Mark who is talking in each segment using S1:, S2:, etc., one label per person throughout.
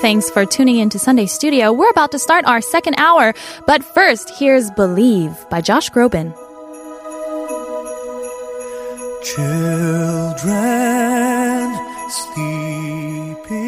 S1: Thanks for tuning in to Sunday Studio. We're about to start our second hour, but first, here's Believe by Josh Groban.
S2: Children sleeping.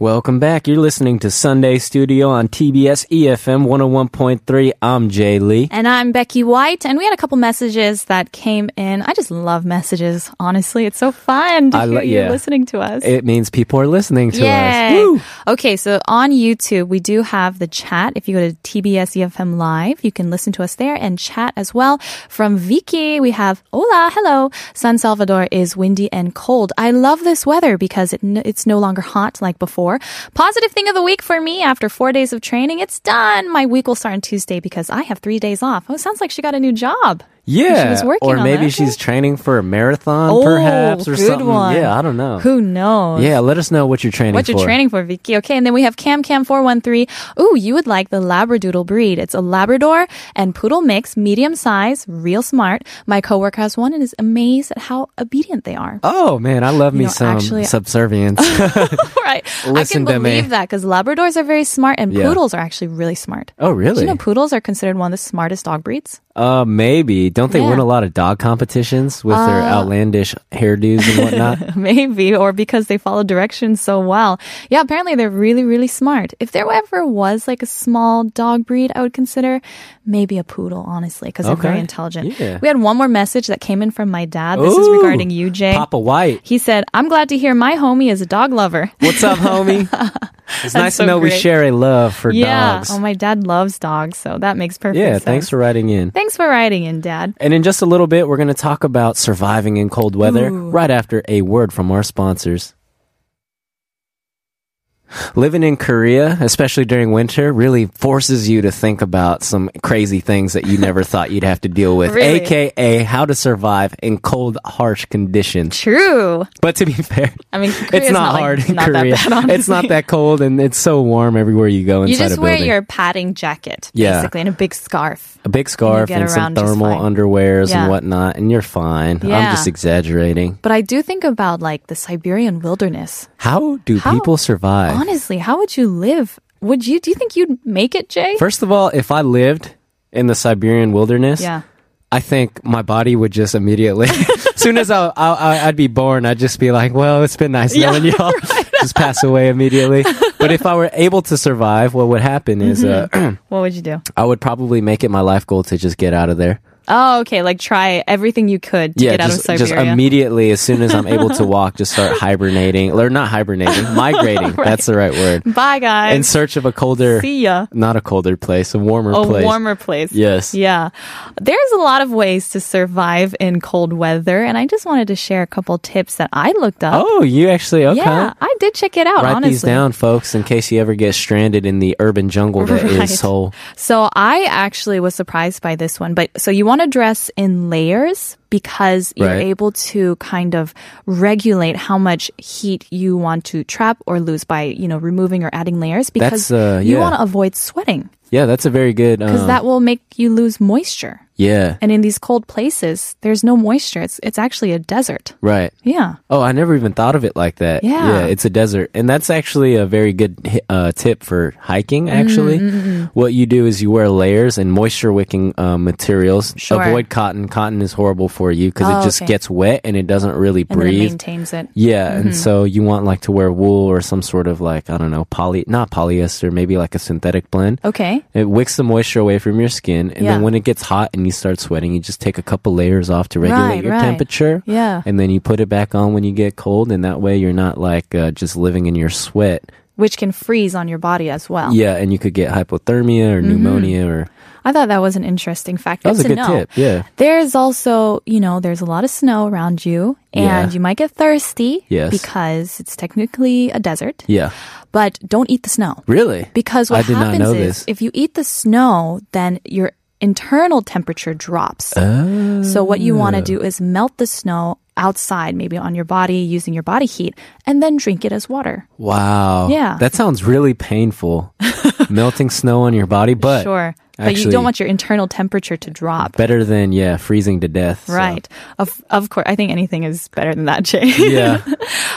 S3: Welcome back. You're listening to Sunday Studio on TBS EFM 101.3. I'm Jay Lee.
S1: And I'm Becky White, and we had a couple messages that came in. I just love messages, honestly. It's so fun to
S3: I
S1: hear
S3: lo- yeah.
S1: you listening to us.
S3: It means people are listening to us.
S1: Yay.
S3: Woo!
S1: Okay, so on YouTube, we do have the chat. If you go to TBS EFM E Live, you can listen to us there and chat as well. From Vicky, we have Hola, hello. San Salvador is windy and cold. I love this weather because it, n- it's no longer hot like before. Positive thing of the week for me after four days of training, it's done. My week will start on Tuesday because I have three days off. Oh, it sounds like she got a new job.
S3: Yeah.
S1: was working
S3: or
S1: on
S3: maybe
S1: that.
S3: she's training for a marathon,
S1: Oh,
S3: Um, perhaps, or
S1: good
S3: something.
S1: one.
S3: Yeah, I don't know.
S1: Who knows?
S3: yeah, let us know what you're training
S1: What
S3: for.
S1: you're training for, Vicky. Okay, and then we have Cam Cam 413. Ooh, you would like the Labradoodle breed. It's a Labrador and Poodle mix, medium size, real smart. My coworker has one and is amazed at how obedient they are.
S3: Oh man, I love me
S1: You know,
S3: some
S1: actually-
S3: subservience.
S1: All right.
S3: Listen to
S1: I can
S3: me.
S1: believe that because Labradors are very smart and
S3: Yeah.
S1: Poodles are actually really smart.
S3: oh
S1: Do
S3: really?
S1: you know Poodles are considered one of the smartest dog breeds?
S3: uh, maybe. Don't they win
S1: Yeah. Uh,
S3: a lot of dog competitions with their outlandish hairdos and whatnot?
S1: Maybe, or because they follow directions so well. Yeah, apparently they're really, really smart. If there ever was like a small dog breed, I would consider maybe a poodle, honestly, because they're very
S3: Okay.
S1: intelligent.
S3: Yeah.
S1: We had one more message that came in from my dad. This is
S3: Ooh,
S1: regarding you, Jay.
S3: Papa White.
S1: He said, I'm glad to hear my homie is a dog lover.
S3: What's up, homie? It's nice
S1: so
S3: to know we
S1: great.
S3: share a love for
S1: yeah.
S3: dogs.
S1: Oh, my dad loves dogs, so that makes perfect
S3: yeah,
S1: sense.
S3: thanks for writing in.
S1: Thanks for writing in, Dad.
S3: And in just a little bit, we're going to talk about surviving in cold weather right after a word from our sponsors. Living in Korea, especially during winter, really forces you to think about some crazy things that you never thought you'd have to deal with,
S1: Really?
S3: aka how to survive in cold, harsh conditions.
S1: True.
S3: But to be fair,
S1: I mean,
S3: it's
S1: Korea's
S3: not,
S1: like,
S3: hard
S1: it's
S3: in
S1: not
S3: Korea.
S1: That bad, honestly.
S3: it's not that cold, and it's so warm everywhere you go inside
S1: You just
S3: a
S1: wear
S3: building.
S1: your padding jacket,
S3: Yeah.
S1: basically, and a big scarf.
S3: a big scarf
S1: get
S3: and some
S1: around just
S3: thermal
S1: fine.
S3: underwears
S1: Yeah.
S3: and whatnot, and you're fine. I'm
S1: Yeah.
S3: just exaggerating.
S1: But I do think about like the Siberian wilderness.
S3: How do
S1: How-
S3: people survive?
S1: Honestly, how would you live? Would you? Do you think you'd make it, Jay?
S3: First of all, if I lived in the Siberian wilderness,
S1: yeah.
S3: I think my body would just immediately, as soon as I, I, I, I'd be born, I'd just be like, well, it's been nice knowing y'all. just pass away immediately. but if I were able to survive, what would happen is uh,
S1: What would you do?
S3: I would probably make it my life goal to just get out of there.
S1: Oh, okay. Like try everything you could to get out
S3: just,
S1: of
S3: just
S1: Siberia.
S3: immediately, as soon as I'm able to walk, just start hibernating. Or not hibernating, migrating. That's the right word.
S1: Bye, guys.
S3: In search of a colder,
S1: See ya.
S3: not a colder place, a warmer
S1: A
S3: place.
S1: warmer place.
S3: Yes.
S1: Yeah. There's a lot of ways to survive in cold weather, and I just wanted to share a couple tips that I looked up.
S3: Oh, you actually okay?
S1: Yeah, I did check it out.
S3: Write
S1: honestly,
S3: these down, folks, in case you ever get stranded in the urban jungle that is
S1: Right.
S3: Seoul.
S1: So I actually was surprised by this one, but so you want to dress in layers because you're
S3: Right.
S1: able to kind of regulate how much heat you want to trap or lose by, you know, removing or adding layers because
S3: That's, uh,
S1: you
S3: yeah.
S1: want to avoid sweating
S3: Yeah, that's a very good.
S1: because
S3: Um,
S1: that will make you lose moisture.
S3: yeah,
S1: And in these cold places, there's no moisture. It's it's actually a desert.
S3: right.
S1: Yeah.
S3: Oh, I never even thought of it like that.
S1: Yeah.
S3: yeah, it's a desert, and that's actually a very good hi- uh, tip for hiking. Actually,
S1: Mm-hmm,
S3: what you do is you wear layers and moisture wicking uh, materials.
S1: Sure.
S3: Avoid cotton. Cotton is horrible for you because
S1: Oh,
S3: it just
S1: okay.
S3: gets wet and it doesn't really
S1: And then it
S3: breathe.
S1: mm-hmm. maintains it.
S3: Yeah, and so you want like to wear wool or some sort of like I don't know poly, not polyester, maybe like a synthetic blend.
S1: Okay.
S3: It wicks the moisture away from your skin, and then
S1: Yeah.
S3: when it gets hot and you start sweating, you just take a couple layers off to regulate
S1: Right,
S3: your
S1: right.
S3: temperature.
S1: Yeah.
S3: and then you put it back on when you get cold, and that way you're not like uh, just living in your sweat.
S1: Which can freeze on your body as well.
S3: Yeah, and you could get hypothermia or pneumonia or
S1: I thought that was an interesting fact.
S3: That was a
S1: Mm-hmm. Good
S3: good
S1: to
S3: tip.
S1: know.
S3: Yeah.
S1: There's also, you know, there's a lot of snow around you and
S3: Yeah.
S1: you might get thirsty
S3: Yes.
S1: because it's technically a desert.
S3: Yeah.
S1: But don't eat the snow.
S3: Really?
S1: Because
S3: I
S1: what
S3: did not
S1: happens
S3: know this.
S1: is if you eat the snow, then your internal temperature drops.
S3: Oh.
S1: So what you want to do is melt the snow outside, maybe on your body using your body heat, and then drink it as water.
S3: Wow.
S1: Yeah.
S3: That sounds really painful. Melting snow on your body, but
S1: sure. But
S3: actually-
S1: you don't want your internal temperature to drop.
S3: better than yeah, freezing to death. so.
S1: Right. Of of course, I think anything is better than that, Jay.
S3: Yeah.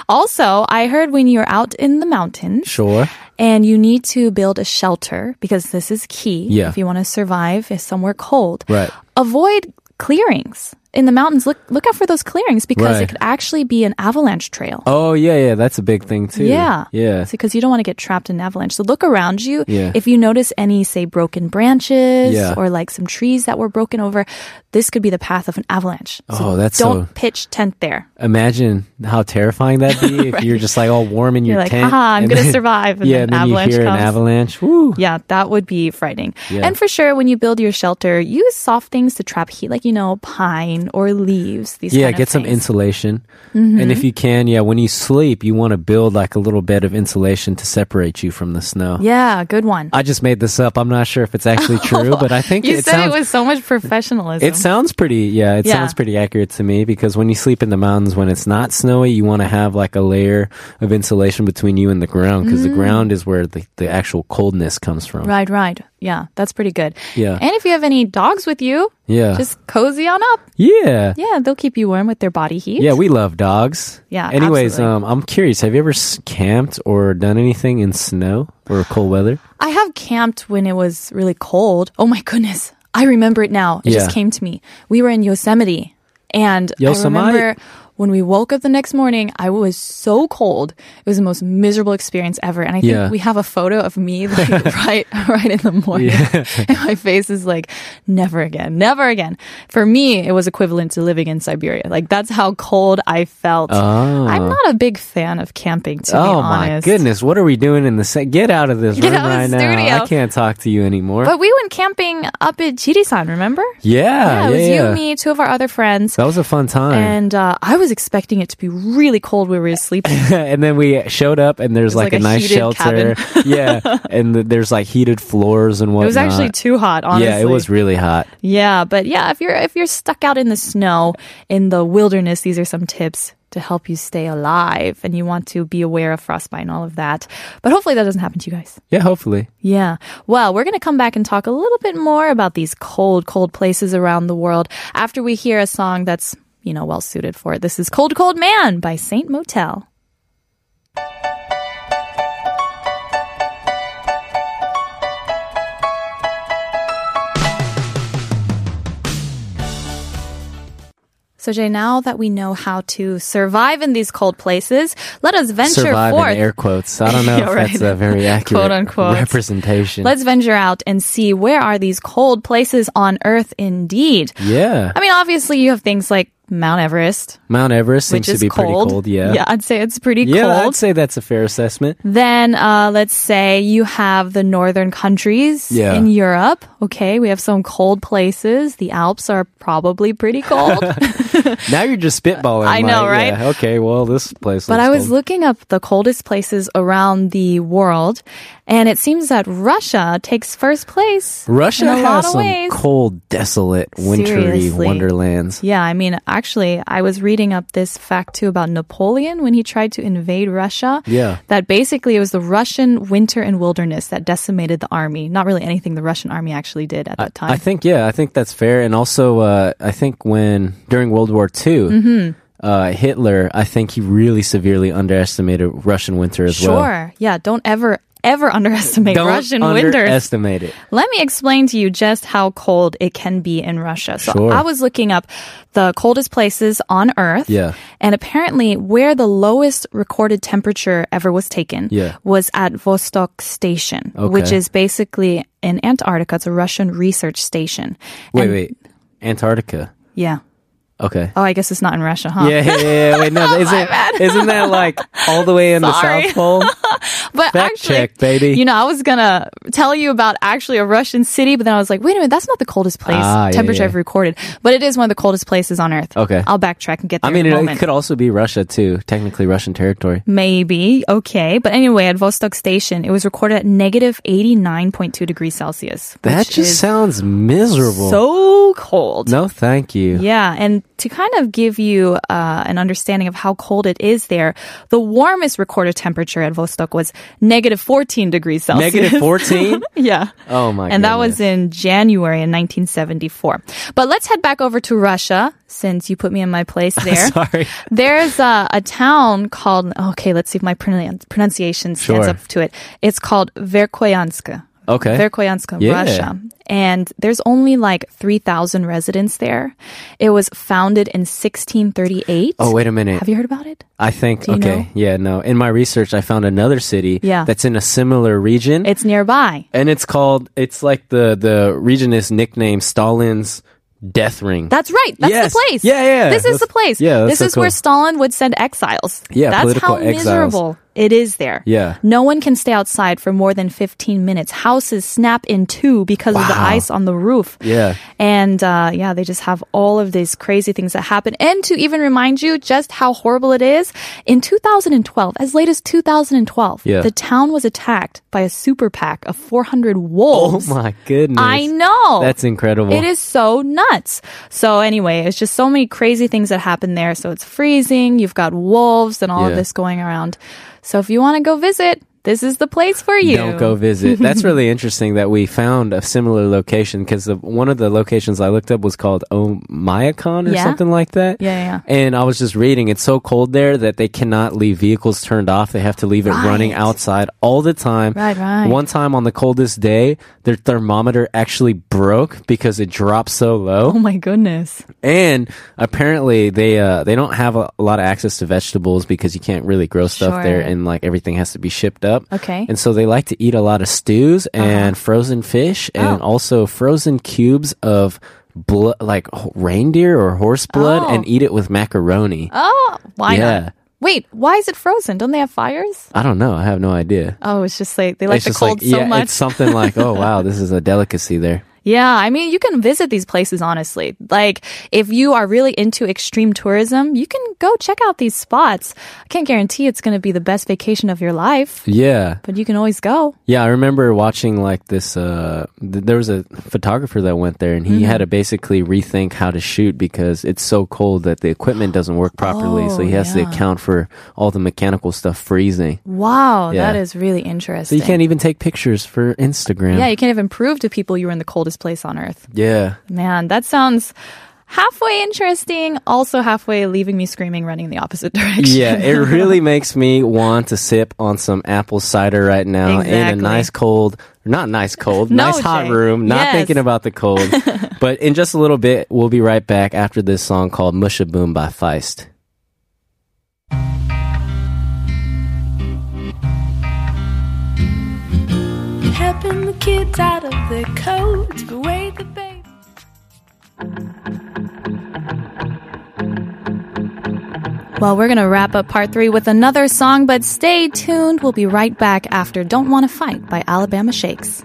S1: also, I heard when you're out in the mountains
S3: Sure.
S1: and you need to build a shelter because this is key
S3: Yeah.
S1: if you want to survive if somewhere cold.
S3: Right.
S1: Avoid clearings. In the mountains, look look out for those clearings because
S3: Right.
S1: it could actually be an avalanche trail.
S3: Oh yeah, yeah. That's a big thing too.
S1: Yeah.
S3: Yeah.
S1: Because you don't want to get trapped in an avalanche. So look around you.
S3: Yeah.
S1: If you notice any, say, broken branches
S3: Yeah.
S1: or like some trees that were broken over, this could be the path of an avalanche.
S3: Oh, that's
S1: don't
S3: so-
S1: pitch tent there.
S3: Imagine how terrifying that'd be if you're just like all warm in
S1: You're
S3: your
S1: like,
S3: tent.
S1: "Ah,
S3: and
S1: I'm gonna
S3: then-
S1: survive," and
S3: yeah, and
S1: then
S3: then you
S1: avalanche
S3: hear an
S1: comes.
S3: avalanche. Woo.
S1: Yeah, that would be frightening.
S3: Yeah.
S1: And for sure, when you build your shelter, use soft things to trap heat, like, you know, pine or leaves. These
S3: Yeah,
S1: kind of
S3: get some
S1: things.
S3: insulation.
S1: Mm-hmm.
S3: And if you can, yeah, when you sleep, you want to build like a little bed of insulation to separate you from the snow.
S1: Yeah, good one.
S3: I just made this up. I'm not sure if it's actually true, but I think it
S1: you said
S3: sounds
S1: it with so much professionalism.
S3: It sounds pretty, yeah, it
S1: Yeah.
S3: sounds pretty accurate to me because when you sleep in the mountains, when it's not snowy, you want to have like a layer of insulation between you and the ground because
S1: Mm.
S3: the ground is where the, the actual coldness comes from.
S1: Right, right. Yeah, that's pretty good.
S3: Yeah.
S1: And if you have any dogs with you,
S3: Yeah.
S1: just cozy on up.
S3: yeah.
S1: Yeah, they'll keep you warm with their body heat.
S3: Yeah, we love dogs.
S1: Yeah,
S3: Anyways,
S1: absolutely.
S3: um, I'm curious. Have you ever s- camped or done anything in snow or cold weather?
S1: I have camped when it was really cold. Oh my goodness. I remember it now. It
S3: Yeah.
S1: just came to me. We were in Yosemite and
S3: Yosemite.
S1: I remember when we woke up the next morning, I was so cold. It was the most miserable experience ever. And I think
S3: Yeah.
S1: we have a photo of me like right right in the morning. And my face is like, never again, never again. For me, it was equivalent to living in Siberia. Like that's how cold I felt.
S3: Oh.
S1: I'm not a big fan of camping to be
S3: oh my
S1: honest.
S3: goodness! What are we doing in the sa- get out of this
S1: Get
S3: room
S1: out of
S3: right
S1: the
S3: now?
S1: studio.
S3: I can't talk to you anymore.
S1: But we went camping up at Jirisan, remember?
S3: yeah,
S1: it was
S3: Ah, yeah.
S1: you, me, two of our other friends.
S3: That was a fun time.
S1: And uh, I was expecting it to be really cold where we were sleeping.
S3: and then we showed up and there's
S1: It was
S3: like,
S1: like
S3: a,
S1: a
S3: nice
S1: heated
S3: shelter yeah and th- there's like heated floors and
S1: It
S3: whatnot
S1: was actually too hot, honestly.
S3: yeah it was really hot
S1: Yeah, but yeah, if you're if you're stuck out in the snow in the wilderness, these are some tips to help you stay alive, and you want to be aware of frostbite and all of that. But hopefully, that doesn't happen to you guys.
S3: yeah hopefully
S1: Yeah. Well, we're going to come back and talk a little bit more about these cold, cold places around the world after we hear a song that's, you know, well suited for it. This is Cold, Cold Man by Saint Motel. So, Jay, now that we know how to survive in these cold places, let us venture
S3: survive
S1: forth.
S3: in air quotes i don't know
S1: Yeah,
S3: if
S1: right.
S3: that's a very accurate
S1: Quote, unquote.
S3: representation
S1: Let's venture out and see where are these cold places on Earth indeed.
S3: yeah
S1: I mean, obviously, you have things like Mount Everest,
S3: mount everest
S1: which
S3: seems
S1: is
S3: to be
S1: cold.
S3: pretty cold yeah
S1: yeah, I'd say it's pretty
S3: Yeah,
S1: cold.
S3: i'd say that's a fair assessment
S1: Then, uh, let's say you have the northern countries
S3: Yeah.
S1: in Europe. Okay, we have some cold places. The Alps are probably pretty cold.
S3: now you're just spitballing
S1: I know,
S3: like,
S1: right?
S3: yeah, okay well this place
S1: But
S3: looks
S1: I was
S3: cold.
S1: looking up the coldest places around the world, and it seems that Russia takes first place. in
S3: russia
S1: a lot
S3: has
S1: of
S3: some
S1: ways.
S3: cold desolate wintry
S1: Seriously.
S3: wonderlands
S1: Yeah, I mean, actually, I was reading up this fact too about Napoleon when he tried to invade Russia.
S3: Yeah.
S1: That basically it was the Russian winter and wilderness that decimated the army. Not really anything the Russian army actually did at that time.
S3: I think yeah, I think that's fair. And also, uh, I think when during World War II,
S1: Mm-hmm.
S3: uh, Hitler, I think he really severely underestimated Russian winter as well.
S1: sure. Yeah, don't ever, ever underestimate
S3: Don't
S1: Russian winter.
S3: underestimate it.
S1: Let me explain to you just how cold it can be in Russia. So
S3: Sure.
S1: I was looking up the coldest places on Earth.
S3: Yeah.
S1: And apparently where the lowest recorded temperature ever was taken
S3: Yeah.
S1: was at Vostok Station,
S3: Okay.
S1: which is basically in Antarctica. It's a Russian research station.
S3: Wait,
S1: And-
S3: wait, Antarctica.
S1: Yeah.
S3: Okay.
S1: Oh, I guess it's not in Russia, huh?
S3: Yeah, yeah, yeah, yeah. Wait, no, isn't isn't that like all the way in
S1: Sorry.
S3: the South Pole?
S1: But
S3: Fact
S1: actually,
S3: check, baby.
S1: You know, I was gonna tell you about actually a Russian city, but then I was like, wait a minute, that's not the coldest place
S3: Ah, yeah,
S1: temperature
S3: yeah.
S1: I've recorded, but it is one of the coldest places on Earth.
S3: Okay.
S1: I'll backtrack and get there.
S3: I mean, it,
S1: in a
S3: it
S1: moment.
S3: could also be Russia too, technically Russian territory.
S1: Maybe. Okay. But anyway, at Vostok Station, it was recorded at negative 89.2 degrees Celsius. which
S3: That just
S1: is
S3: sounds miserable.
S1: so cold.
S3: no, thank you.
S1: Yeah, and to kind of give you uh, an understanding of how cold it is there, the warmest recorded temperature at Vostok was negative 14 degrees Celsius.
S3: Negative fourteen.
S1: yeah.
S3: Oh my.
S1: and that was
S3: goodness.
S1: in January in 1974. But let's head back over to Russia since you put me in my place there.
S3: Sorry.
S1: There's a, a town called, okay, let's see if my pronun- pronunciation stands
S3: Sure.
S1: up to it. It's called Verkhoyansk.
S3: Okay.
S1: Verkhoyansk,
S3: Yeah.
S1: Russia. And there's only like 3,000 residents there. It was founded in 1638.
S3: Oh wait a minute.
S1: Have you heard about it?
S3: I think
S1: Do you
S3: okay.
S1: know?
S3: Yeah, no. In my research, I found another city
S1: Yeah.
S3: that's in a similar region.
S1: It's nearby.
S3: and it's called it's like the the region is nicknamed Stalin's death ring.
S1: That's right. That's
S3: Yes.
S1: the place.
S3: Yeah, yeah.
S1: This is
S3: That's-
S1: the place.
S3: yeah, that's
S1: This
S3: so
S1: is where
S3: cool.
S1: Stalin would send exiles.
S3: Yeah,
S1: That's
S3: political
S1: how
S3: exiles.
S1: miserable it is there.
S3: Yeah.
S1: No one can stay outside for more than 15 minutes. Houses snap in two because of the
S3: Wow.
S1: ice on the roof.
S3: Yeah.
S1: And uh, yeah, they just have all of these crazy things that happen. And to even remind you just how horrible it is, in 2012, as late as 2012,
S3: Yeah.
S1: the town was attacked by a super PAC of 400 wolves.
S3: Oh my goodness.
S1: I know.
S3: That's incredible.
S1: It is so nuts. So anyway, it's just so many crazy things that happen there. So it's freezing. You've got wolves and all
S3: Yeah.
S1: of this going around. So if you want to go visit, this is the place for you.
S3: Don't go visit. That's really interesting that we found a similar location because one of the locations I looked up was called Omayakon or
S1: Yeah.
S3: something like that.
S1: Yeah, yeah, yeah.
S3: And I was just reading, it's so cold there that they cannot leave vehicles turned off. They have to leave it running
S1: Right.
S3: outside all the time.
S1: Right, right.
S3: One time on the coldest day, their thermometer actually broke because it dropped so low.
S1: Oh my goodness.
S3: And apparently they uh, they don't have a, a lot of access to vegetables because you can't really grow stuff
S1: Sure.
S3: there, and like everything has to be shipped up.
S1: Okay. Uh-huh.
S3: And so they like to eat a lot of stews and frozen fish, and
S1: Oh.
S3: also frozen cubes of blood, like h- reindeer or horse blood,
S1: Oh.
S3: and eat it with macaroni.
S1: Oh, why
S3: Yeah.
S1: not? Wait, why is it frozen? Don't they have fires?
S3: I don't know. I have no idea.
S1: Oh, it's just like they like
S3: it's
S1: the
S3: just
S1: cold
S3: like
S1: so
S3: yeah,
S1: much.
S3: it's something like oh wow, this is a delicacy there.
S1: Yeah, I mean, you can visit these places, honestly. Like, if you are really into extreme tourism, you can go check out these spots. I can't guarantee it's going to be the best vacation of your life,
S3: Yeah.
S1: but you can always go.
S3: Yeah, I remember watching like this. Uh, th- there was a photographer that went there, and he had to
S1: Mm-hmm.
S3: basically rethink how to shoot because it's so cold that the equipment doesn't work properly. so
S1: Oh,
S3: he has
S1: yeah.
S3: to account for all the mechanical stuff freezing.
S1: Wow,
S3: Yeah.
S1: that is really
S3: So
S1: interesting.
S3: you can't even take pictures for Instagram.
S1: yeah, you can't even prove to people you were in the coldest place on earth.
S3: yeah.
S1: Man, that sounds halfway interesting, also halfway leaving me screaming, running in the opposite direction.
S3: Yeah, it really makes me want to sip on some apple cider right now in a
S1: Exactly.
S3: nice cold, not nice cold,
S1: No,
S3: nice hot
S1: Jay.
S3: room, not
S1: Yes.
S3: thinking about the cold. but in just a little bit, we'll be right back after this song called Mushaboom by Feist.
S4: Helping the kids out of their coats, but wait the baby.
S1: Well, we're going to wrap up part three with another song, but stay tuned. We'll be right back after Don't Wanna Fight by Alabama Shakes.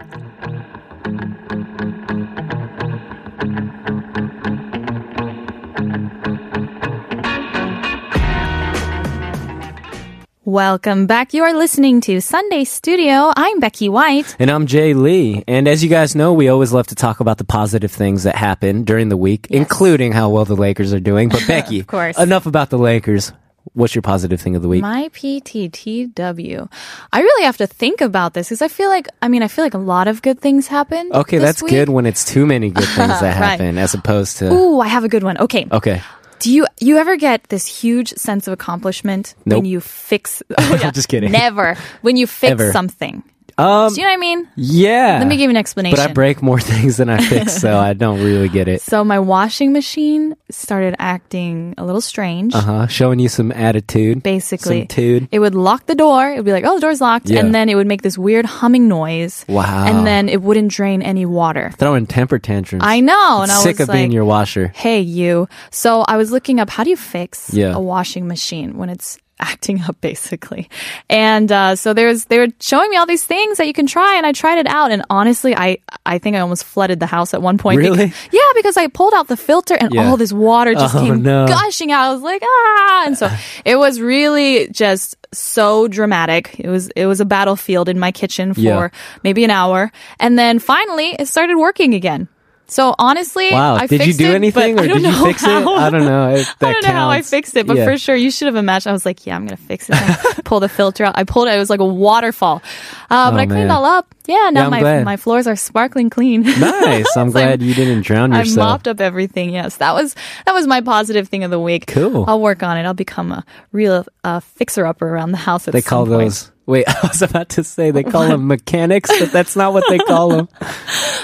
S1: Welcome back. You are listening to Sunday Studio. I'm Becky White.
S3: And I'm Jay Lee. And as you guys know, we always love to talk about the positive things that happen during the week, including how well the Lakers are doing. But Becky, of
S1: course.
S3: enough about the Lakers. What's your positive thing of the week?
S1: My PTTW. I really have to think about this because I feel like, I mean, I feel like a lot of good things happen.
S3: okay,
S1: this
S3: that's
S1: week.
S3: good when it's too many good things that
S1: Right.
S3: happen as opposed to.
S1: Ooh, I have a good one. Okay.
S3: Okay.
S1: Do you you ever get this huge sense of accomplishment when
S3: Nope.
S1: you fix? Oh, yeah.
S3: Just kidding.
S1: Never. When you fix
S3: Ever.
S1: something.
S3: Um,
S1: Do you know what I mean?
S3: yeah.
S1: Let me give you an explanation.
S3: But I break more things than I fix, so I don't really get it.
S1: So my washing machine started acting a little strange.
S3: Uh huh. Showing you some attitude.
S1: Basically,
S3: Some tude.
S1: it would lock the door. It would be like, "Oh, the door's locked,"
S3: Yeah.
S1: and then it would make this weird humming noise.
S3: Wow.
S1: And then it wouldn't drain any water.
S3: Throwing temper tantrums.
S1: I know. And I
S3: Sick
S1: was
S3: of being
S1: like,
S3: your washer.
S1: Hey, you. So I was looking up how do you fix
S3: Yeah.
S1: a washing machine when it's acting up, basically. And uh, so there's they were showing me all these things that you can try, and I tried it out. And honestly, I I think I almost flooded the house at one point.
S3: Really?
S1: Because, yeah, because I pulled out the filter, and
S3: Yeah.
S1: all this water just
S3: Oh,
S1: came
S3: no.
S1: gushing out. I was like, ah! And so it was really just so dramatic. It was it was a battlefield in my kitchen for
S3: Yeah.
S1: maybe an hour, and then finally it started working again. So honestly,
S3: Wow.
S1: I
S3: did you
S1: fixed
S3: do
S1: it,
S3: anything or
S1: but I
S3: did you
S1: don't know
S3: fix
S1: how.
S3: it? I don't know. If that
S1: I don't know how I
S3: counts.
S1: fixed it, but
S3: Yeah.
S1: for sure you should have imagined. I was like, yeah, I'm gonna fix it. I pulled the filter out. I pulled it. It was like a waterfall. Uh,
S3: Oh,
S1: but I
S3: man.
S1: cleaned all up. Yeah, now
S3: I'm
S1: my
S3: glad.
S1: my floors are sparkling clean.
S3: Nice. I'm
S1: So
S3: glad you didn't drown
S1: I
S3: yourself.
S1: mopped up everything. Yes, that was that was my positive thing of the week.
S3: Cool.
S1: I'll work on it. I'll become a real uh, fixer upper around the house. At
S3: They call
S1: some point.
S3: those. Wait, I was about to say they call them mechanics, but that's not what they call them.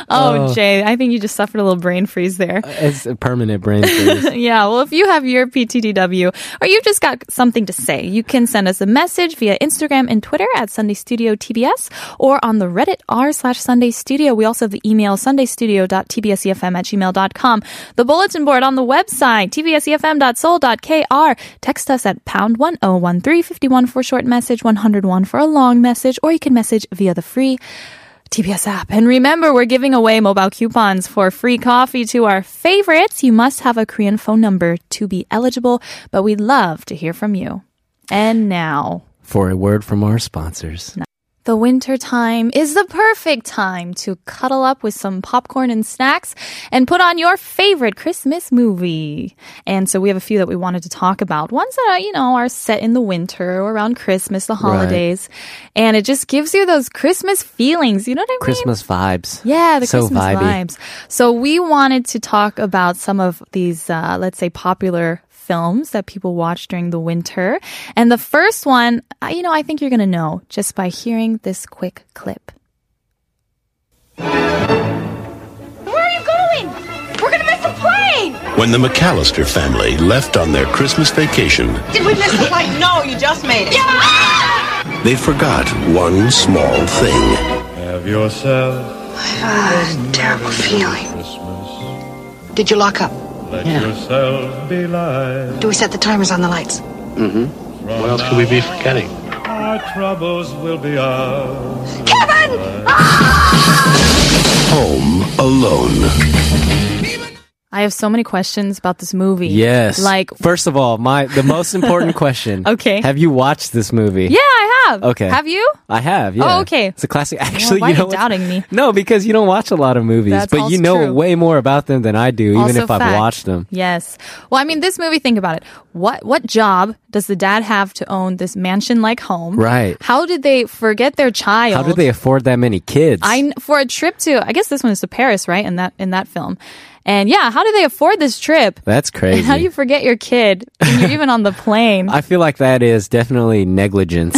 S1: Oh,
S3: Oh.
S1: Jay, I think you just suffered a little brain freeze there.
S3: It's a permanent brain freeze.
S1: Yeah, well, if you have your PTDW or you've just got something to say, you can send us a message via Instagram and Twitter at Sunday Studio TBS or on the Reddit r slash Sunday Studio. We also have the email sundaystudio.tbsefm E at gmail.com. The bulletin board on the website, tbsefm.soul.kr. Text us at pound 101351 for a short message, 101 for a long message, or you can message via the free TBS app. And remember, we're giving away mobile coupons for free coffee to our favorites. You must have a Korean phone number to be eligible, but we'd love to hear from you. And now.
S3: For a word from our sponsors.
S1: The winter time is the perfect time to cuddle up with some popcorn and snacks and put on your favorite Christmas movie. And so we have a few that we wanted to talk about. Ones that are, you know, are set in the winter or around Christmas, the
S3: Right.
S1: holidays. And it just gives you those Christmas feelings. You know what I mean?
S3: Christmas vibes.
S1: Yeah, the
S3: so
S1: Christmas
S3: vibey.
S1: vibes. So we wanted to talk about some of these, uh, let's say, popular films that people watch during the winter. And the first one, uh, you know, I think you're going to know just by hearing this quick clip.
S4: Where are you going? We're gonna miss the plane!
S5: When the McAllister family left on their Christmas vacation,
S6: Did we miss the plane? No, you just made it.
S5: they forgot one small thing.
S2: Have yourself
S6: Ah, terrible feeling.
S2: Christmas.
S6: Did you lock up?
S2: Let yourself be light.
S6: Do we set the timers on the lights?
S5: What else could we be forgetting?
S2: Our troubles will be ours.
S5: Home alone.
S1: I have so many questions about this movie.
S3: Yes.
S1: Like,
S3: first of all, my the most important question.
S1: Okay.
S3: Have you watched this movie?
S1: yeah, I have.
S3: Okay.
S1: Have you?
S3: I have. Yeah.
S1: Oh, okay.
S3: It's a classic. Actually,
S1: why
S3: you
S1: are
S3: know
S1: you
S3: what?
S1: doubting me?
S3: No, because you don't watch a lot of movies,
S1: That's
S3: but you
S1: also
S3: know
S1: true.
S3: way more about them than I do, even
S1: Also
S3: if I've
S1: fact.
S3: watched them.
S1: Yes. Well, I mean, this movie. Think about it. What what job does the dad have to own this mansion-like home?
S3: Right.
S1: How did they forget their child?
S3: How do they afford that many kids?
S1: I kn- for a trip to I guess this one is to Paris, right? In that in that film, and yeah, how do they afford this trip?
S3: That's crazy.
S1: How do you forget your kid? And you're even on the plane.
S3: I feel like that is definitely negligence.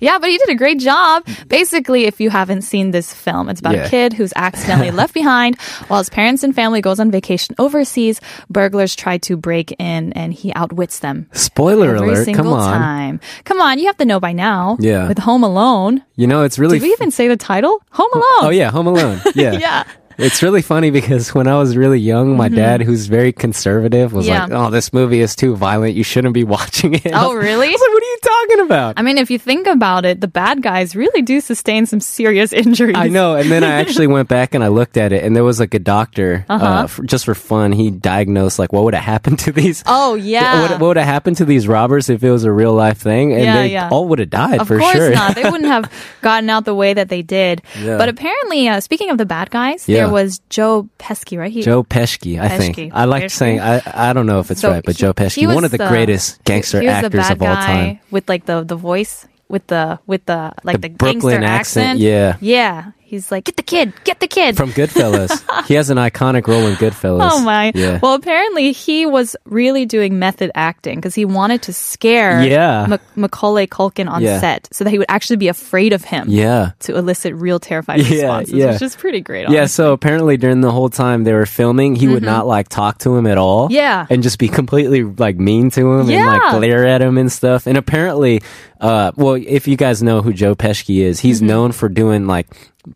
S1: yeah, but he did a great job. Basically, if you haven't seen this film, it's about a
S3: Yeah.
S1: kid who's accidentally left behind while his parents and family goes on vacation overseas. Burglars try to break in, and he outwits them.
S3: Spoiler
S1: Every
S3: alert. Come
S1: single
S3: on.
S1: time. Come on, you have to know by now.
S3: Yeah.
S1: With Home Alone.
S3: You know, it's really.
S1: Did we
S3: f-
S1: even say the title? Home Alone.
S3: oh, yeah. Home Alone. Yeah.
S1: Yeah. Mm-hmm.
S3: It's really funny because when I was really young, my dad, who's very conservative, was like,
S1: Yeah.
S3: "Oh, this movie is too violent. You shouldn't be watching it." I
S1: Oh,
S3: was- I
S1: really?
S3: was like, "What are you talking about?"
S1: I mean, if you think about it, the bad guys really do sustain some serious injuries.
S3: I know. And then I actually went back and I looked at it, and there was like a doctor, uh
S1: Uh-huh.
S3: f- just for fun, he diagnosed like what would have happened to these.
S1: Oh yeah.
S3: What, what would have happened to these robbers if it was a real life thing? And
S1: Yeah,
S3: they
S1: yeah.
S3: all would have died
S1: of
S3: for
S1: course
S3: sure.
S1: not. They wouldn't have gotten out the way that they did.
S3: Yeah.
S1: But apparently, uh, speaking of the bad guys,
S3: Yeah.
S1: there was Joe Pesky, right? He,
S3: Joe Pesci, I
S1: Pesci.
S3: think. I like saying
S1: Pesci.
S3: I. I don't know if it's
S1: so
S3: right, but
S1: he-
S3: Joe Pesci,
S1: he
S3: one
S1: was
S3: of the, greatest gangster
S1: he was the
S3: actors
S1: bad
S3: of all
S1: guy
S3: time.
S1: With like the the voice, with the with the like the,
S3: The Brooklyn
S1: gangster
S3: accent,
S1: accent.
S3: yeah.
S1: yeah. He's like, get the kid, get the kid.
S3: From Goodfellas. he has an iconic role in Goodfellas.
S1: Oh my!
S3: Yeah.
S1: Well, apparently he was really doing method acting because he wanted to scare
S3: Yeah.
S1: Mac- Macaulay Culkin on
S3: Yeah.
S1: set so that he would actually be afraid of him.
S3: yeah.
S1: To elicit real terrified
S3: Yeah,
S1: responses,
S3: yeah.
S1: which is pretty great. Mm-hmm.
S3: Yeah, so apparently during the whole time they were filming, he would not like talk to him at all.
S1: Yeah.
S3: And just be completely like mean to him and like
S1: Yeah.
S3: glare at him and stuff. And apparently, uh, well, if you guys know who Joe Pesci is, he's
S1: Mm-hmm.
S3: known for doing like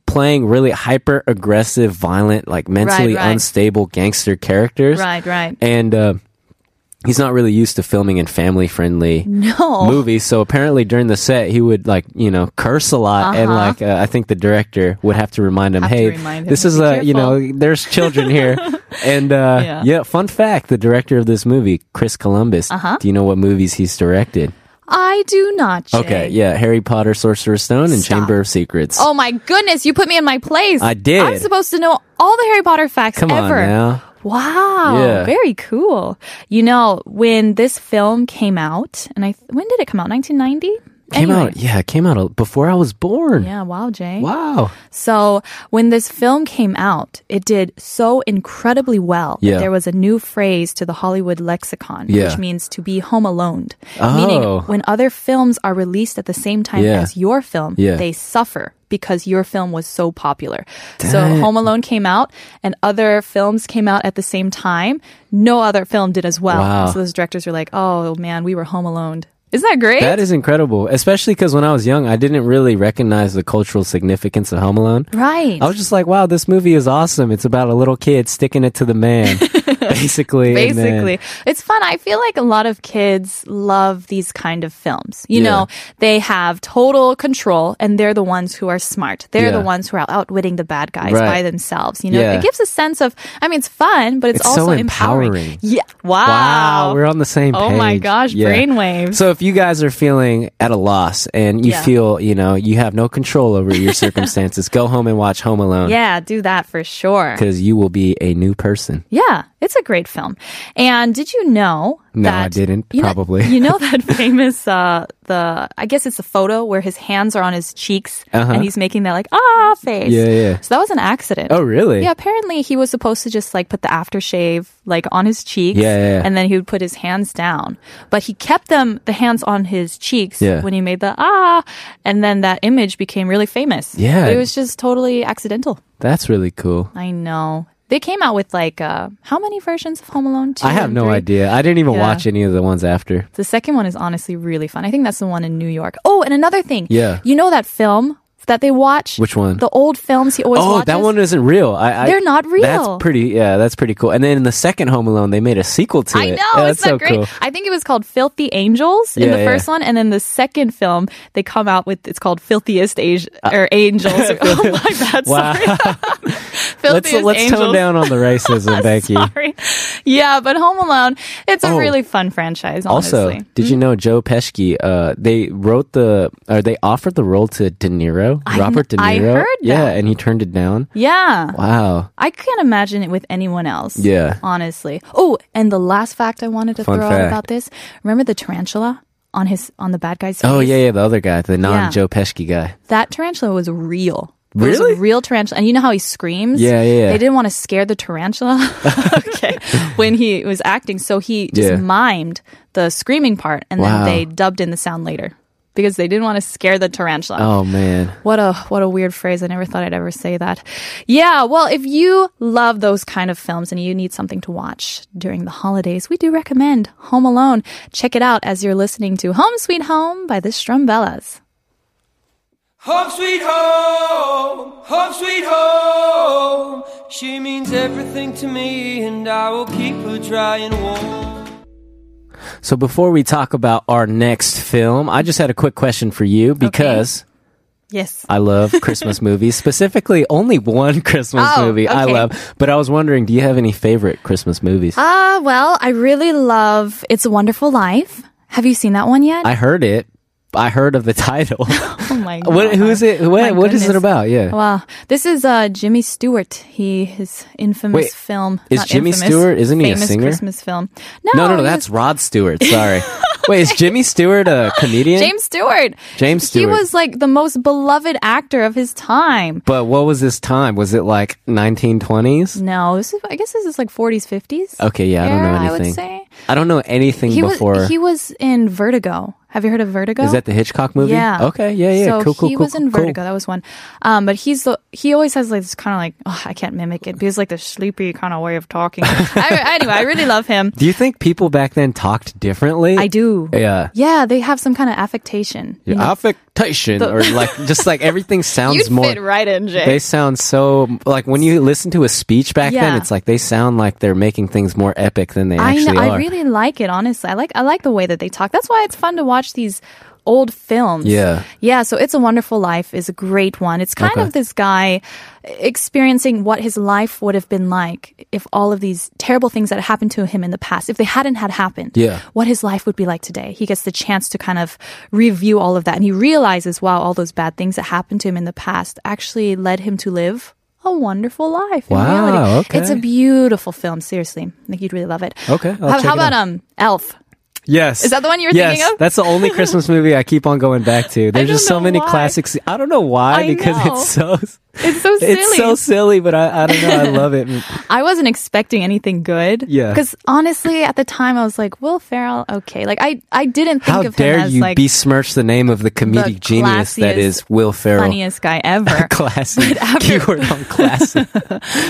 S3: playing really hyper aggressive, violent, like mentally
S1: right.
S3: unstable gangster characters.
S1: Right, right.
S3: And, uh, He's not really used to filming in family friendly
S1: No.
S3: movie. So apparently during the set, he would like you know curse a lot, and like uh, I think the director would have to remind him,
S1: Uh-huh. Have to
S3: "Hey,
S1: remind him
S3: this
S1: to
S3: is
S1: be
S3: a you know there's children here." and uh,
S1: Yeah.
S3: yeah. fun fact: the director of this movie, Chris Columbus.
S1: Uh-huh.
S3: Do you know what movies he's directed?
S1: I do not. Jay.
S3: Okay, yeah, Harry Potter, Sorcerer's Stone, and
S1: Stop.
S3: Chamber of Secrets.
S1: Oh my goodness, you put me in my place.
S3: I did.
S1: I'm supposed to know all the Harry Potter facts
S3: come
S1: ever.
S3: on now.
S1: Wow,
S3: Yeah.
S1: very cool. You know, when this film came out, and I when did it come out? 1990?
S3: Came out,
S1: Anyway.
S3: yeah, came out a- before I was born.
S1: Yeah, wow, Jay.
S3: Wow.
S1: So when this film came out, it did so incredibly well
S3: Yeah.
S1: that there was a new phrase to the Hollywood lexicon,
S3: Yeah.
S1: which means to be home alone. Meaning
S3: Oh.
S1: when other films are released at the same time
S3: Yeah.
S1: as your film,
S3: Yeah.
S1: they suffer because your film was so popular. So Home Alone came out and other films came out at the same time. No other film did as well.
S3: Wow.
S1: So those directors were like, oh man, we were home alone. Isn't that great?
S3: That is incredible, especially because when I was young, I didn't really recognize the cultural significance of Home Alone.
S1: right.
S3: I was just like, wow, this movie is awesome. It's about a little kid sticking it to the man, basically. and then-
S1: Basically, it's fun. I feel like a lot of kids love these kind of films. You
S3: Yeah.
S1: know, they have total control and they're the ones who are smart. They're the
S3: Yeah.
S1: ones who are outwitting the bad guys
S3: Right.
S1: by themselves. You know,
S3: Yeah.
S1: it gives a sense of, I mean, it's fun, but it's,
S3: It's so
S1: also empowering.
S3: empowering.
S1: Yeah. Wow.
S3: wow, we're on the same
S1: Oh
S3: page.
S1: my gosh, brainwaves.
S3: So if you guys are feeling at a loss and you
S1: Yeah.
S3: feel, you know, you have no control over your circumstances, go home and watch Home Alone.
S1: yeah, do that for sure.
S3: Because you will be a new person.
S1: Yeah, it's a great film. And did you know
S3: No, I
S1: that
S3: didn't,
S1: You know-
S3: probably.
S1: you know that famous uh the I guess it's a photo where his hands are on his cheeks
S3: Uh-huh.
S1: and he's making that like ah face.
S3: Yeah, yeah.
S1: So that was an accident.
S3: Oh, really?
S1: Yeah, apparently he was supposed to just like put the aftershave like on his cheeks
S3: Yeah, yeah, yeah.
S1: and then he would put his hands down. But he kept them the hands on his cheeks
S3: Yeah.
S1: when he made the ah and then that image became really famous.
S3: Yeah.
S1: It was just totally accidental.
S3: That's really cool.
S1: I know. They came out with like uh, how many versions of Home Alone? Two
S3: I have
S1: and
S3: no
S1: three?
S3: idea. I didn't even
S1: Yeah.
S3: watch any of the ones after.
S1: The second one is honestly really fun. I think that's the one in New York. Oh, and another thing.
S3: Yeah.
S1: You know that film that they watch?
S3: Which one?
S1: The old films he always
S3: oh,
S1: watches.
S3: that one isn't real. I, I,
S1: They're not
S3: That's
S1: real.
S3: pretty. Yeah, that's pretty cool. And then in the second Home Alone, they made a sequel to
S1: I
S3: it.
S1: know,
S3: Yeah,
S1: it's
S3: that's so
S1: not great.
S3: cool.
S1: I think it was called Filthy Angels in
S3: Yeah,
S1: the
S3: yeah.
S1: first one, and then the second film they come out with it's called Filthiest Age- or Angels. oh my bad,
S3: Uh, Wow. uh,
S1: sorry.
S3: let's
S1: Filthiest
S3: let's tone
S1: Angels.
S3: down on the racism, Becky.
S1: Sorry. Yeah, but Home Alone, it's a
S3: Oh.
S1: really fun franchise.
S3: Also,
S1: Honestly. Mm.
S3: did you know Joe Pesci? Uh, they wrote the or they offered the role to De Niro,
S1: I
S3: Robert De
S1: kn- I
S3: Niro.
S1: heard
S3: yeah,
S1: that.
S3: and he turned it down.
S1: yeah.
S3: Wow.
S1: I can't imagine it with anyone else.
S3: Yeah.
S1: Honestly. Oh, and the last fact I wanted to
S3: Fun
S1: throw out
S3: fact.
S1: about this. Remember the tarantula on his on the bad guy's face?
S3: Oh yeah, yeah. The other guy, the non-Joe Pesci guy.
S1: That tarantula was real. It was
S3: Really?
S1: a real tarantula. And you know how he screams?
S3: Yeah, yeah, yeah.
S1: They didn't want to scare the tarantula okay. when he was acting. So he just
S3: Yeah.
S1: mimed the screaming part and
S3: Wow.
S1: then they dubbed in the sound later. Because they didn't want to scare the tarantula.
S3: Oh man.
S1: What a what a weird phrase. I never thought I'd ever say that. Yeah, well, if you love those kind of films and you need something to watch during the holidays, we do recommend Home Alone. Check it out as you're listening to Home Sweet Home by the Strumbellas.
S7: Home sweet home, home sweet home. She means everything to me, and I will keep her dry and warm.
S3: So before we talk about our next film, I just had a quick question for you because.
S1: Yes.
S3: I love Christmas movies, specifically only one Christmas
S1: Oh,
S3: movie I
S1: okay.
S3: love. But I was wondering, do you have any favorite Christmas movies?
S1: Ah, well, I really love It's a Wonderful Life. Have you seen that one yet?
S3: I heard it. I heard of the title.
S1: oh my god.
S3: what, who is it?
S1: Oh My
S3: What, what is it
S1: goodness. Oh,
S3: about? Yeah.
S1: Wow. This is uh, Jimmy Stewart. He his
S3: Wait,
S1: infamous film.
S3: is
S1: not
S3: Jimmy
S1: infamous,
S3: Stewart- isn't he a
S1: famous
S3: singer?
S1: Christmas film. No,
S3: no, no, no.
S1: he
S3: That's
S1: was-
S3: Rod Stewart. Sorry. Wait, is Jimmy Stewart a comedian?
S1: James Stewart.
S3: James
S1: He
S3: Stewart.
S1: was like the most beloved actor of his time.
S3: But what was this time? Was it like 1920s?
S1: No, this is, I guess this is like 40s, 50s.
S3: Okay, yeah, I don't know
S1: era,
S3: anything.
S1: I would say
S3: I don't know anything
S1: he
S3: before.
S1: was he was in Vertigo. Have you heard of Vertigo?
S3: is that the Hitchcock movie?
S1: Yeah.
S3: Okay. Yeah. Yeah.
S1: So
S3: cool. Cool.
S1: he
S3: cool.
S1: was
S3: cool,
S1: in
S3: cool.
S1: Vertigo. That was one. Um, but he's the, he always has like this kind of like oh, I can't mimic it. But he's like the sleepy kind of way of talking. I, anyway, I really love him.
S3: Do you think people back then talked differently?
S1: I do.
S3: Yeah.
S1: Yeah, they have some kind of affectation. you
S3: Your
S1: know?
S3: affectation,
S1: Mm. the-
S3: or like just like everything sounds
S1: You'd
S3: more.
S1: fit right in, Jay.
S3: They sound so like when you listen to a speech back then,
S1: Yeah.
S3: it's like they sound like they're making things more epic than they
S1: I
S3: actually
S1: know,
S3: are.
S1: I really like it. Honestly, I like I like the way that they talk. That's why it's fun to watch these old films.
S3: Yeah.
S1: yeah. So it's a Wonderful Life is a great one. It's kind
S3: Okay.
S1: of this guy experiencing what his life would have been like if all of these terrible things that happened to him in the past, if they hadn't had happened.
S3: Yeah.
S1: what his life would be like today. He gets the chance to kind of review all of that, and he realizes, wow, all those bad things that happened to him in the past actually led him to live. A wonderful life. in
S3: Wow,
S1: reality. It's
S3: okay.
S1: a beautiful film. Seriously, I think you'd really love it.
S3: Okay, I'll
S1: how
S3: check
S1: how
S3: it
S1: about
S3: out.
S1: um Elf?
S3: Yes.
S1: Is that the one you were
S3: yes,
S1: thinking of?
S3: That's the only Christmas movie I keep on going back to. There's
S1: don't
S3: just so
S1: know
S3: many
S1: why.
S3: classics. I don't know why
S1: I
S3: because
S1: know.
S3: it's so
S1: It's so silly.
S3: it's so silly, but I, I don't know. I love it.
S1: I wasn't expecting anything good.
S3: Yeah.
S1: Because honestly, at the time, I was like, Will Ferrell, okay. Like I, I didn't think
S3: How
S1: of him
S3: dare
S1: as
S3: you
S1: like
S3: besmirch the name of the comedic genius that is
S1: classiest,
S3: Will Ferrell?
S1: funniest guy ever.
S3: Classic.
S1: after-
S3: Keyword on classic.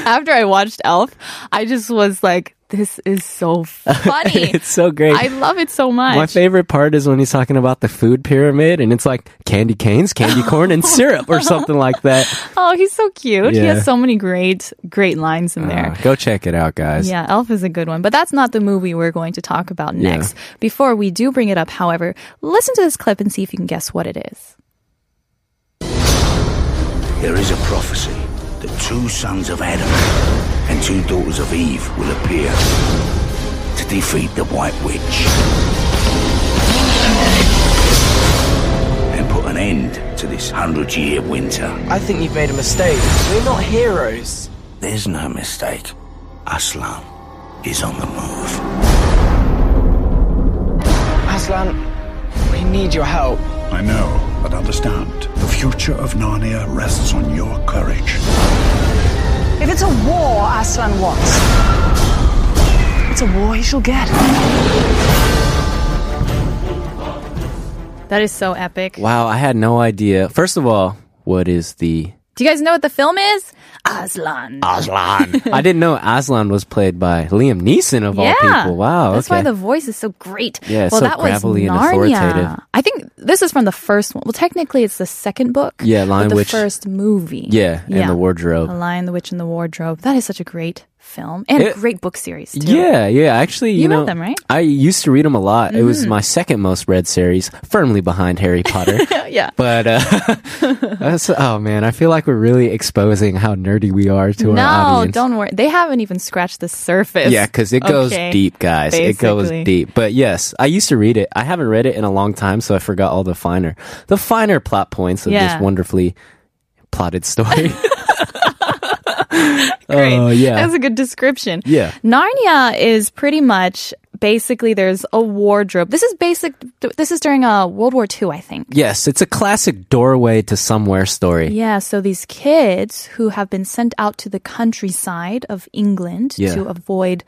S1: after I watched Elf, I just was like, this is so funny.
S3: it's so great.
S1: I love it so much.
S3: My favorite part is when he's talking about the food pyramid and it's like candy canes, candy corn, and syrup or something like that.
S1: oh, he's so cute. He
S3: Yeah.
S1: has so many great, great lines in there.
S3: Uh, go check it out, guys.
S1: Yeah, Elf is a good one, but that's not the movie we're going to talk about
S3: Yeah.
S1: next. Before we do bring it up, however, listen to this clip and see if you can guess what it is.
S8: There is a prophecy that two sons of Adam and two daughters of Eve will appear to defeat the White Witch and put an end to this hundred year winter.
S9: I think you've made a mistake. We're not heroes.
S8: There's no mistake. Aslan is on the move.
S9: Aslan, we need your help.
S8: I know, but understand. The future of Narnia rests on your courage.
S6: If it's a war Aslan wants, it's a war he shall get.
S1: That is so epic.
S3: Wow, I had no idea. First of all, what is the
S1: Do you guys know what the film is? Aslan.
S3: Aslan? I didn't know Aslan was played by Liam Neeson of all people. Wow,
S1: That's
S3: okay.
S1: why the voice is so great.
S3: Yeah, it's
S1: well,
S3: so
S1: that was
S3: gravelly and
S1: Narnia.
S3: authoritative.
S1: I think this is from the first one. Well, technically, it's the second book.
S3: Yeah, Lion,
S1: but the
S3: Witch-
S1: first movie.
S3: yeah, and the wardrobe.
S1: The Lion, the Witch, and the Wardrobe. That is such a great film and
S3: It-
S1: a great book series. Too.
S3: yeah, yeah. Actually, you,
S1: You read
S3: know,
S1: them, right? Mm-hmm.
S3: I used to read them a lot. It was my second most read series, firmly behind Harry Potter.
S1: yeah.
S3: But uh, that's, oh man, I feel like we're really exposing how nerdy we are to our
S1: No,
S3: audience.
S1: don't worry. They haven't even scratched the surface.
S3: Yeah, because it goes
S1: Okay.
S3: deep, guys. It goes
S1: Basically.
S3: deep. But yes, I used to read it. I haven't read it in a long time, so I forgot all the finer, the finer plot points of
S1: Yeah.
S3: this wonderfully plotted story.
S1: Great.
S3: Oh, yeah.
S1: That's a good description.
S3: Yeah.
S1: Narnia is pretty much basically there's a wardrobe. This is basic. th- This is during uh, World War II, I think.
S3: yes, it's a classic doorway to somewhere story.
S1: Yeah, so these kids who have been sent out to the countryside of England
S3: Yeah.
S1: to avoid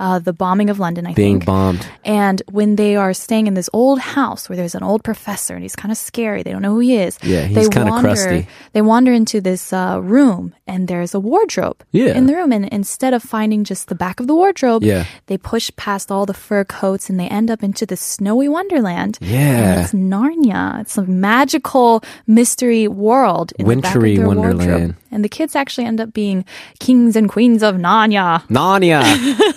S1: uh, the bombing of London, I
S3: Being
S1: think.
S3: bombed.
S1: And when they are staying in this old house where there's an old professor and he's kind of scary, they don't know who he is.
S3: Yeah,
S1: they
S3: he's kinda
S1: wander-
S3: crusty.
S1: They wander into this uh, room and there's a wardrobe
S3: Yeah.
S1: in the room. And instead of finding just the back of the wardrobe,
S3: Yeah.
S1: they push past all the fur coats and they end up into this snowy wonderland. And
S3: Yeah.
S1: it's Narnia. It's a magical mystery world. In the back of
S3: Wintry
S1: their
S3: wonderland.
S1: Wardrobe. And the kids actually end up being kings and queens of Narnia.
S3: Narnia.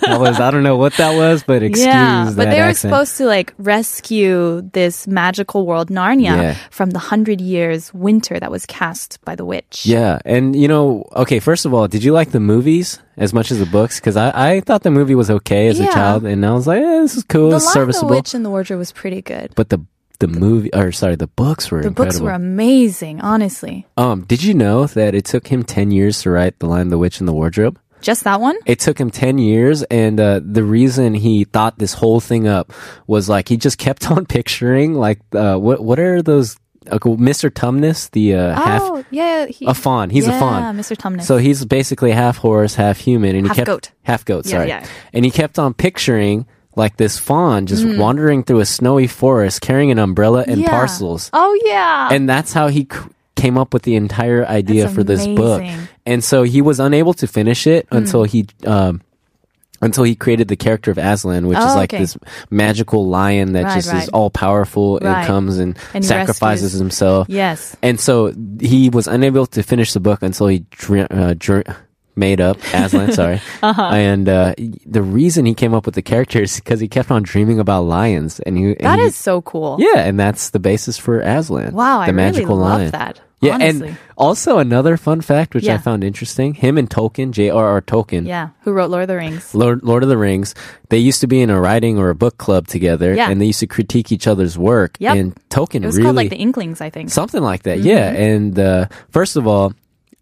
S3: that was I don't know what that was, but excuse that
S1: yeah, but they were
S3: accent.
S1: supposed to like rescue this magical world Narnia
S3: Yeah.
S1: from the hundred years winter that was cast by the witch.
S3: Yeah, and you know, okay. First of all, did you like the movies as much as the books? Because I, I thought the movie was okay as a
S1: Yeah.
S3: child, and I was like, eh, this is cool,
S1: the
S3: it's
S1: Lion, the
S3: serviceable.
S1: Witch, and the Wardrobe was pretty good.
S3: but the the movie, or sorry, the books were
S1: The
S3: incredible.
S1: books were amazing, honestly.
S3: um, did you know that it took him ten years to write The Lion, the Witch, and the Wardrobe?
S1: Just that one?
S3: It took him 10 years. And uh, the reason he thought this whole thing up was like he just kept on picturing, like, uh, what, what are those? Uh, Mr. Tumnus, the uh, half
S1: oh, yeah, he,
S3: a fawn. He's
S1: yeah,
S3: a fawn.
S1: Mr. Tumnus.
S3: So he's basically half horse, half human, and he
S1: Half
S3: kept
S1: goat.
S3: half goat.
S1: Yeah,
S3: Sorry,
S1: yeah.
S3: and he kept on picturing like this fawn just wandering through a snowy forest, carrying an umbrella and
S1: Mm. Yeah.
S3: parcels,
S1: Oh yeah.
S3: and that's how he c- came up with the entire idea
S1: That's
S3: for this book.
S1: amazing. Mm.
S3: And so he was unable to finish it until he. Um, until he created the character of Aslan, which is
S1: Oh,
S3: like
S1: okay.
S3: this magical lion that
S1: Right,
S3: just
S1: right.
S3: is all powerful and
S1: Right.
S3: comes and,
S1: And he
S3: sacrifices
S1: rescues-
S3: himself.
S1: yes.
S3: And so he was unable to finish the book until he dr- uh, dr- made up Aslan, sorry.
S1: Uh-huh.
S3: And uh, the reason he came up with the character is because he kept on dreaming about lions. And he, and
S1: That
S3: he-
S1: is so cool.
S3: yeah, and that's the basis for Aslan.
S1: Wow, I
S3: the
S1: really
S3: magical
S1: love
S3: lion.
S1: that,
S3: Yeah,
S1: honestly.
S3: and also another fun fact which I
S1: Yeah.
S3: found interesting: him and Tolkien, J.R.R. Tolkien,
S1: Yeah. Who wrote Lord of the Rings?
S3: Lord, Lord of the Rings, they used to be in a writing or a book club together,
S1: Yeah.
S3: and they used to critique each other's work.
S1: Yep.
S3: And Tolkien
S1: It was
S3: really
S1: called like the Inklings, I think.
S3: Something like that, yeah.
S1: Mm-hmm.
S3: And uh, first of all,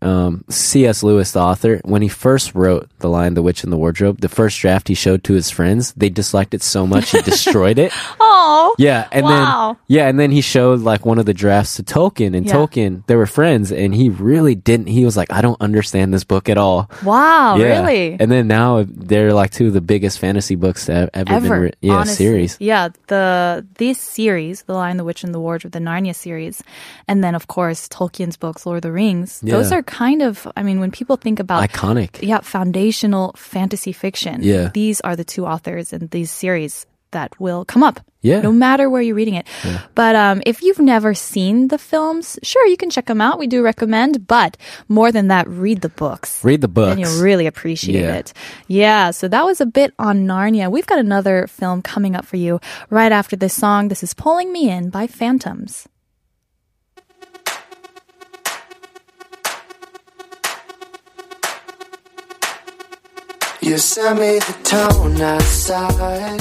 S3: um, C.S. Lewis, the author, when he first wrote The Lion, the Witch, and the Wardrobe, the first draft he showed to his friends, they disliked it so much he destroyed it.
S1: Oh.
S3: Yeah, and then
S1: Wow.
S3: yeah, and then he showed like one of the drafts to Tolkien, and
S1: Yeah.
S3: Tolkien they were friends, and he really didn't. He was like, I don't understand this book at all.
S1: Wow.
S3: Yeah.
S1: Oh, Really.
S3: And then now they're like two of the biggest fantasy books that have ever, been
S1: ever.
S3: written. Yeah,
S1: honestly.
S3: series.
S1: Yeah, the this series, The Lion, the Witch, and the Wardrobe, the Narnia series, and then of course Tolkien's books, Lord of the Rings. Those
S3: Yeah.
S1: are kind of, I mean, when people think about
S3: Iconic.
S1: yeah, foundational fantasy fiction.
S3: Yeah.
S1: these are the two authors and these series that will come up.
S3: Yeah.
S1: No matter where you're reading it. But um, if you've never seen the films, sure, you can check them out. We do recommend. But more than that, read the books.
S3: Read the books.
S1: Then you'll really appreciate
S3: Yeah.
S1: it. Yeah, so that was a bit on Narnia. We've got another film coming up for you right after this song. This is Pulling Me In by Phantoms.
S9: You sent me the tone outside.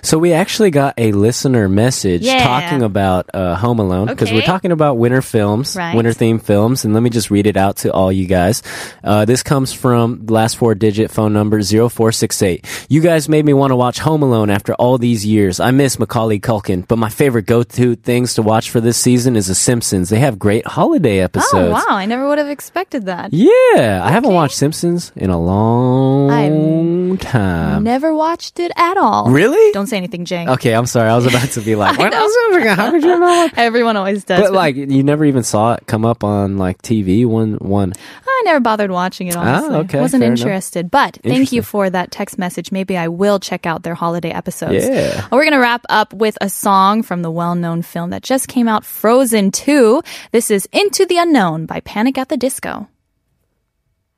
S3: So we actually got a listener message
S1: Yeah.
S3: talking about uh, Home Alone because we're
S1: Okay.
S3: talking about winter films,
S1: Right.
S3: winter themed films, and let me just read it out to all you guys. Uh, this comes from the last four digit phone number 0468. You guys made me want to watch Home Alone after all these years. I miss Macaulay Culkin, but my favorite go to things to watch for this season is The Simpsons. They have great holiday episodes.
S1: Oh, wow. I never would have expected that.
S3: Yeah, I haven't watched Simpsons in a long time.
S1: Never watched it at all.
S3: Really?
S1: Don't say anything, Jay.
S3: Okay, I'm sorry. I was about to be like, when I was how could you not?
S1: Everyone always does.
S3: But like, you never even saw it come up on like TV. One, one.
S1: I never bothered watching it, honestly.
S3: Ah, okay,
S1: Wasn't
S3: fair enough.
S1: interested. But thank you for that text message. Maybe I will check out their holiday episodes.
S3: Yeah.
S1: We're going to wrap up with a song from the well known film that just came out, Frozen 2. This is Into the Unknown by Panic at the Disco.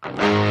S2: Into the unknown.